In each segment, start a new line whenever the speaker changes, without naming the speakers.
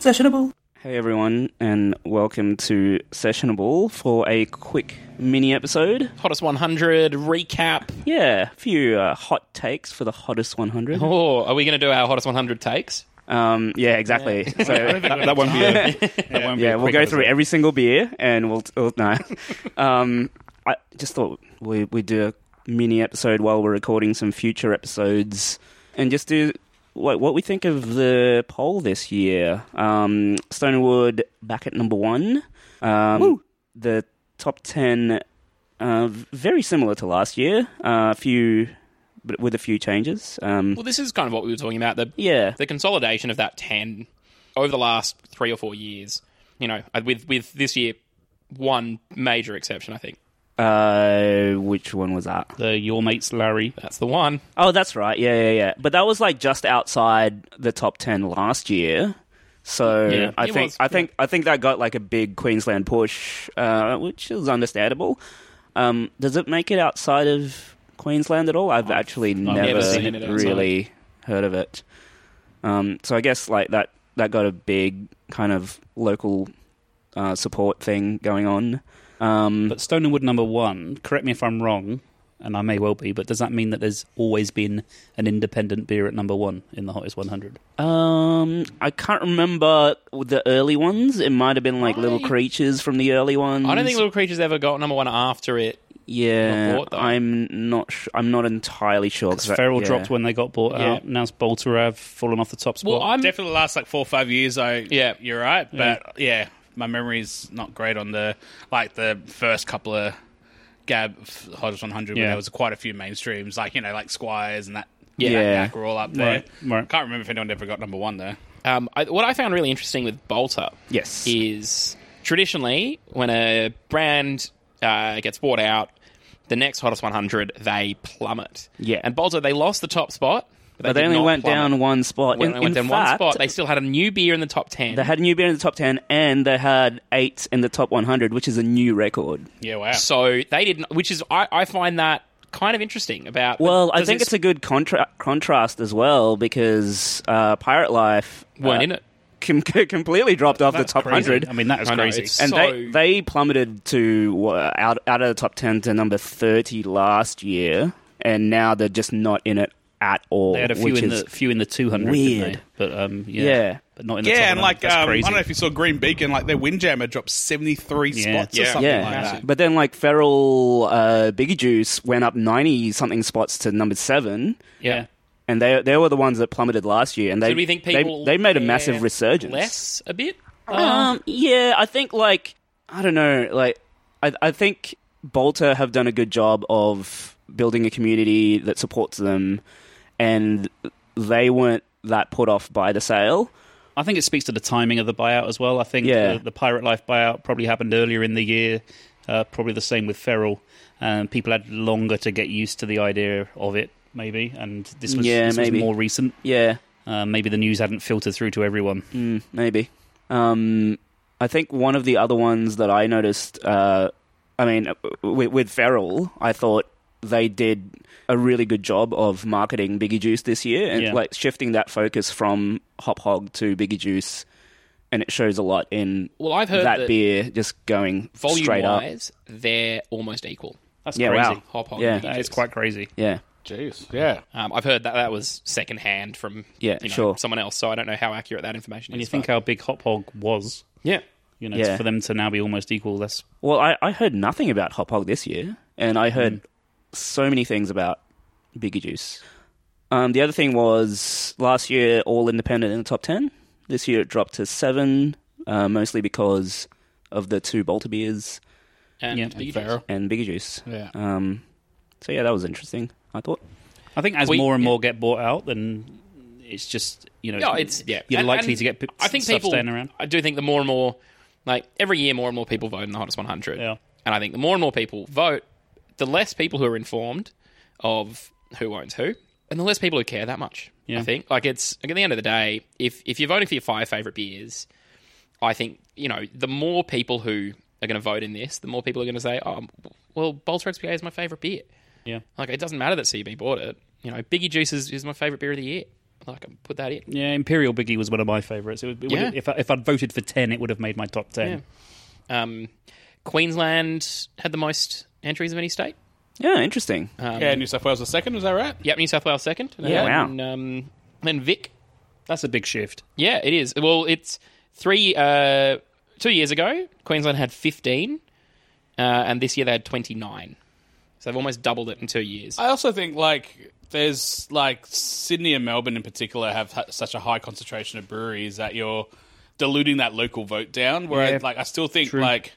Sessionable.
Hey everyone, and welcome to Sessionable for a quick mini episode.
Hottest 100 recap.
Yeah, a few uh, hot takes for the hottest 100.
Oh, are we going to do our hottest 100 takes?
Um, yeah, exactly. So
that, that won't be a, that won't be
yeah,
a
we'll
quick
go through
episode.
every single beer, and we'll, we'll no. um, I just thought we we do a mini episode while we're recording some future episodes, and just do what what we think of the poll this year. Um, Stonewood back at number one. Um, The top ten, uh, very similar to last year. Uh, a few, but with a few changes. Um,
Well, this is kind of what we were talking about the,
yeah,
the consolidation of that 10 over the last three or four years. You know, uh, with, with this year, one major exception, I think.
uh, which one was that?
the your mates Larry.
That's the one.
Oh, that's right. Yeah, yeah, yeah. But that was like just outside the top ten last year. So
Yeah.
I
It
think
was,
I think I think that got like a big Queensland push, uh, which is understandable. Um, does it make it outside of Queensland at all? I've actually never,
never seen it outside.
really heard of it. Um, so I guess like that that got a big kind of local uh, support thing going on. Um,
But Stone and Wood number one. Correct me if I'm wrong, and I may well be. But does that mean that there's always been an independent beer at number one in the hottest 100?
Um, I can't remember the early ones. It might have been like little
I-
creatures from the early ones.
I don't think Little Creatures ever got number one after it.
yeah,
Bought, though.
I'm not. Sh- I'm not entirely sure.
'Cause
that-
Feral
yeah.
dropped when they got bought
Yeah.
out. Now's Bolterav fallen off the top spot.
Well, I'm.
definitely.
Definitely the last like four or five years, I
Yeah.
you're right, but yeah, my memory's not great on the like the first couple of Gab f- Hottest 100
Yeah.
where there was quite a few mainstreams, like you know, like Squires and that.
Yeah.
that
Yeah.
pack were all up there.
Right, right.
Can't remember if anyone ever got number one though.
Um, I, what I found really interesting with Bolter
Yes.
is traditionally when a brand uh, gets bought out, the next hottest 100 they plummet.
Yeah.
and Bolter they lost the top spot,
but they
did
only
not
went
plummet.
down one spot.
When
in
they went
in
down
fact,
one spot. They still had a new beer in the top 10.
they had a new beer in the top ten, and they had eight in the top 100, which is a new record.
Yeah, wow.
so they didn't, which is I, I find that kind of interesting about.
Well, I
does
think
it
it's a good contra- contrast as well because uh, Pirate Life
weren't
uh,
in it.
com- completely dropped off
That's
the top
crazy.
hundred.
I mean, that is
I know,
crazy.
it's-
and
So-
they they plummeted to uh, out out of the top ten to number thirty last year, and now they're just not in it at all.
They had a few
which
in
is
the few in the 200,
weird.
didn't they? But um, yeah,
Yeah.
but not in the top
yeah, and
100.
like
That's
um, I
crazy.
don't know if you saw Green Beacon, like their Windjammer dropped seventy three
Yeah.
spots or
Yeah.
something
yeah,
like that.
but then like Feral uh, Biggie Juice went up ninety something spots to number seven,
Yeah.
and they they were the ones that plummeted last year, and they
Did we think
they-
people
they, made a
care
massive resurgence.
Less a bit. Uh,
Um, yeah, I think like I don't know, like I I think Bolter have done a good job of building a community that supports them, and they weren't that put off by the sale.
I think it speaks to the timing of the buyout as well. I think
Yeah.
the, the Pirate Life buyout probably happened earlier in the year. Uh, probably the same with Feral. Um, people had longer to get used to the idea of it, maybe, and this was,
Yeah,
this was
maybe.
more recent.
Yeah,
Uh, maybe the news hadn't filtered through to everyone.
mm, maybe. Um, I think one of the other ones that I noticed, uh, I mean, with, with Feral, I thought they did a really good job of marketing Biggie Juice this year and
Yeah.
like shifting that focus from Hop Hog to Biggie Juice, and it shows a lot in
Well, I've heard
that,
that
beer just going
volume
straight up.
wise, they're almost equal.
That's
Yeah,
crazy.
wow.
Hop hop.
Yeah.
Biggie
That is
Juice.
quite crazy.
Yeah,
Jeez, yeah.
Um, I've heard that that was second hand from
Yeah,
you know,
sure.
someone else, so I don't know how accurate that information
When you
is.
think
but-
how big Hop Hog was,
yeah,
you know,
Yeah.
for them to now be almost equal, that's
Well, I, I heard nothing about Hop Hog this year, and I heard so many things about Biggie Juice. Um, the other thing was last year, all independent in the top 10. This year, it dropped to seven, uh, mostly because of the two Bolter beers
and
Yeah.
Biggie Juice.
Feral.
and Biggie Juice.
Yeah.
Um, so, yeah, that was interesting, I thought.
I think as
We-
more and more get bought out, then it's just you know,
No, it's yeah.
you're
And-
likely
and
to get p-
I think
stuff
people.
staying around.
I do think the more and more, like every year, more and more people vote in the hottest 100.
Yeah.
And I think the more and more people vote, the less people who are informed of who owns who, and the less people who care that much.
Yeah.
I think like it's like at the end of the day, if if you're voting for your five favorite beers, I think you know the more people who are going to vote in this, the more people are going to say, "Oh, well, Bolter XPA is my favorite beer."
Yeah.
Like it doesn't matter that CB bought it. You know, Biggie Juice is, is my favorite beer of the year. I can put that in.
Yeah, Imperial Biggie was one of my favourites. It would, it would-
Yeah.
if, I, if I'd voted for 10, it would have made my top 10.
Yeah. Um, Queensland had the most entries of any state.
Yeah, interesting.
Um,
yeah, New South Wales was second. Is that right?
Yep, New South Wales second. And
Yeah.
then, Um, then Vic.
That's a big shift.
Yeah, it is. Well, it's three, uh, two years ago, Queensland had 15, uh, and this year they had 29. So they've almost doubled it in two years.
I also think like there's like Sydney and Melbourne in particular have ha- such a high concentration of breweries that you're diluting that local vote down. Whereas
Yeah,
like I still think
true.
like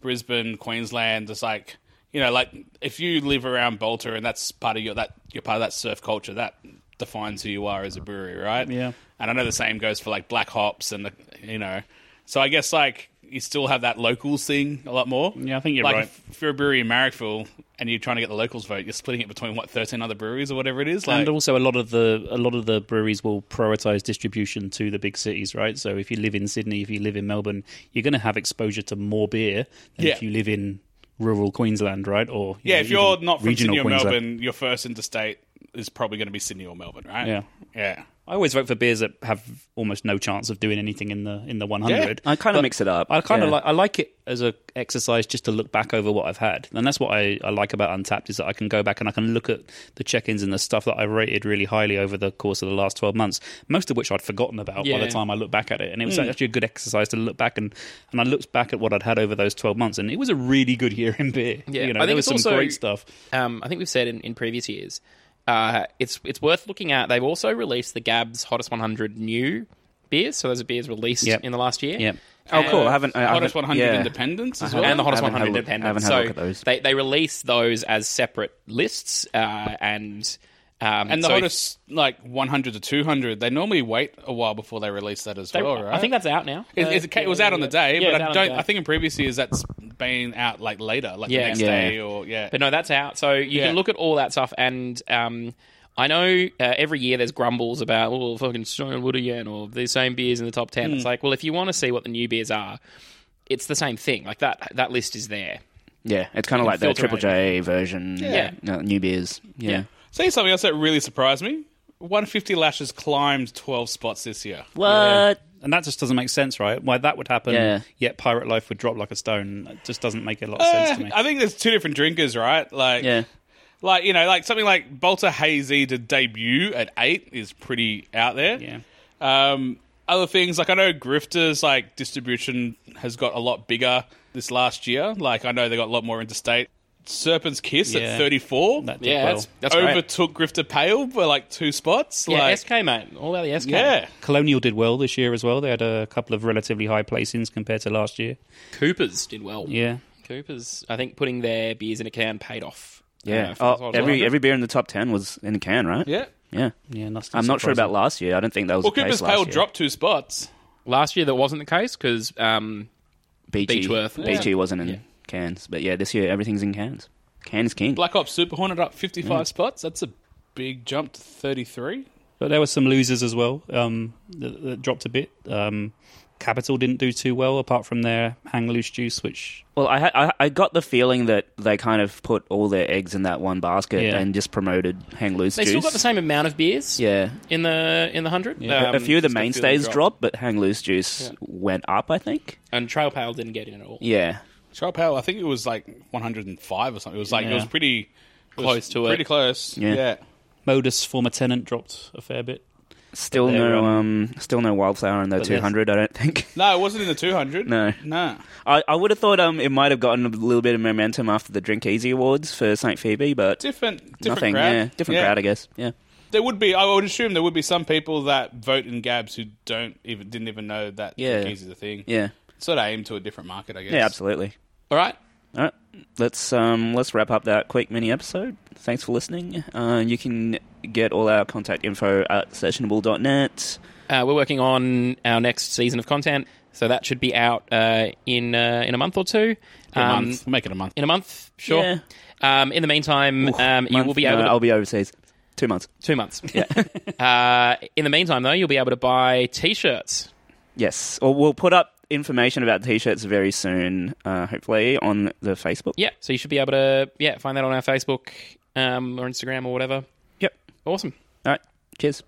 Brisbane, Queensland is like you know like if you live around Bolter and that's part of your that you're part of that surf culture that defines who you are as a brewery, right?
Yeah.
And I know the same goes for like Black Hops and the, you know, so I guess like you still have that locals thing a lot more.
Yeah, I think you're
like,
right.
If, if you're a brewery in Marrickville and you're trying to get the locals vote, you're splitting it between what thirteen other breweries or whatever it is. Like,
and also, a lot of the a lot of the breweries will prioritize distribution to the big cities, right? So if you live in Sydney, if you live in Melbourne, you're going to have exposure to more beer than
Yeah.
if you live in rural Queensland, right? Or you
yeah,
know,
if you're
even
not from
regional
Sydney or
Queensland.
Melbourne, your first interstate is probably going to be Sydney or Melbourne, right?
Yeah.
yeah.
I always vote for beers that have almost no chance of doing anything in the in the 100.
I kind of
But
mix it up.
I kind of
Yeah.
like I like it as a exercise just to look back over what I've had, and that's what I, I like about Untapped is that I can go back and I can look at the check-ins and the stuff that I've rated really highly over the course of the last twelve months, most of which I'd forgotten about by
Yeah. Hmm.
the time I looked back at it, and it was actually a good exercise to look back and and I looked back at what I'd had over those twelve months, and it was a really good year in beer.
Yeah.
you know,
I think
there was
it's
some
also-
great stuff.
Um, I think we've said in, in previous years, uh, it's it's worth looking at. They've also released the Gabs Hottest 100 new beers. So those are beers released
Yep.
in the last year.
Yep.
Oh, cool. I haven't. I
Hottest
haven't-
100
yeah.
Independents as
I
well.
and the hottest
I haven't
100
had a look- I
independent.
haven't had
so
a look at those.
They, they release those as separate lists, uh, and um,
and the
so if-
hottest like 100 to 200, they normally wait a while before they release that as
they-
well, right?
I think that's out now.
It,
Uh,
it's- it was
yeah,
out on the
yeah.
day,
Yeah, it's
but
out
I
on
don't.
the day.
I think in previous years that's been out like later, like
Yeah.
the next
Yeah.
day or yeah.
But no, that's out. So you
Yeah.
can look at all that stuff. And um, I know uh, every year there's grumbles about, oh, fucking Stone Wood again, or the same beers in the top
Hmm.
10. It's like, well, if you want to see what the new beers are, it's the same thing. Like that, that list is there.
Yeah, it's kind of like the
filter
Triple J version.
Yeah.
uh, new beers. Yeah.
Yeah.
Say something else that really surprised me. 150 Lashes climbed 12 spots this year.
What?
And that just doesn't make sense, right? Why that would happen,
Yeah.
yet Pirate Life would drop like a stone. It just doesn't make a lot of
Uh,
sense to
Eh,
me.
I think there's two different drinkers, right? Like,
Yeah.
like you know, like something like Bolter Hazy to debut at eight is pretty out there.
Yeah.
Um, other things like I know Grifters like distribution has got a lot bigger this last year. Like I know they got a lot more interstate. Serpent's Kiss
Yeah.
at 34
That did
Yeah,
well.
that's, that's great.
overtook Grifter Pale by like two spots.
Yeah,
like,
SK, mate. All about the SK.
yeah.
Colonial did well this year as well. They had a couple of relatively high placings compared to last year.
Coopers did well.
Yeah.
Coopers, I think putting their beers in a can paid off.
Yeah.
Uh, for
Oh,
the
every
100.
every beer in the top ten was in a can, right?
Yeah.
Yeah.
Yeah, that's
I'm not sure about last year. I don't think that was
Well,
the case
Cooper's
last
Pale
year.
dropped two spots.
Last year that wasn't the case because um,
BG,
Beechworth.
BG wasn't in cans, but yeah, this year everything's in cans. Cans king.
Black Ops Super Hornet up 55
Mm.
spots. That's a big jump to 33.
But there were some losers as well um, that, that dropped a bit. Um, Capital didn't do too well, apart from their hang loose juice, which
Well, I, ha- I I got the feeling that they kind of put all their eggs in that one basket
Yeah.
and just promoted hang loose
they
juice.
still got the same Um, amount of beers.
Yeah.
In the in the hundred,
A- a few of the
just a few
mainstays
dropped.
dropped, but hang loose juice
Yeah.
went up. I think.
and Trail Pale didn't get in at all.
Yeah.
Trial Pale, I think it was like 105 or something. It was like, it
Yeah.
was pretty it was
Close to it.
Pretty close.
Yeah.
Yeah.
Modus, former tenant, dropped a fair bit.
Still
But they were,
no,
um,
um, still no wildflower in the
but there's-
200. I don't think.
No, it wasn't in the 200.
No.
No.
I, I would have thought um, it might have gotten a little bit of momentum after the Drink Easy Awards for St. Phoebe, but
Different, different
nothing.
crowd.
Yeah, different crowd, I guess. Yeah.
There would be, I would assume there would be some people that vote in Gabs who don't even, didn't even know that
Yeah.
yeah. is a thing.
Yeah.
Sort of aimed to a different market, I guess.
Yeah, absolutely.
All right.
All right, let's um, let's wrap up that quick mini episode. Thanks for listening. Uh, you can get all our contact info at sessionable.net.
Uh, we're working on our next season of content, so that should be out uh, in uh, in a month or two.
A
Um,
month. We'll make it a month.
In a month, sure. Um, in the meantime,
Oof,
um, you
month-
will be
no,
able to
I'll be overseas. Two months.
two months. uh, in the meantime, though, you'll be able to buy t-shirts.
Yes. Or we'll put up information about t-shirts very soon, uh, hopefully, on the Facebook.
Yeah, so you should be able to yeah find that on our Facebook um, or Instagram or whatever.
Yep.
Awesome.
All right. Cheers.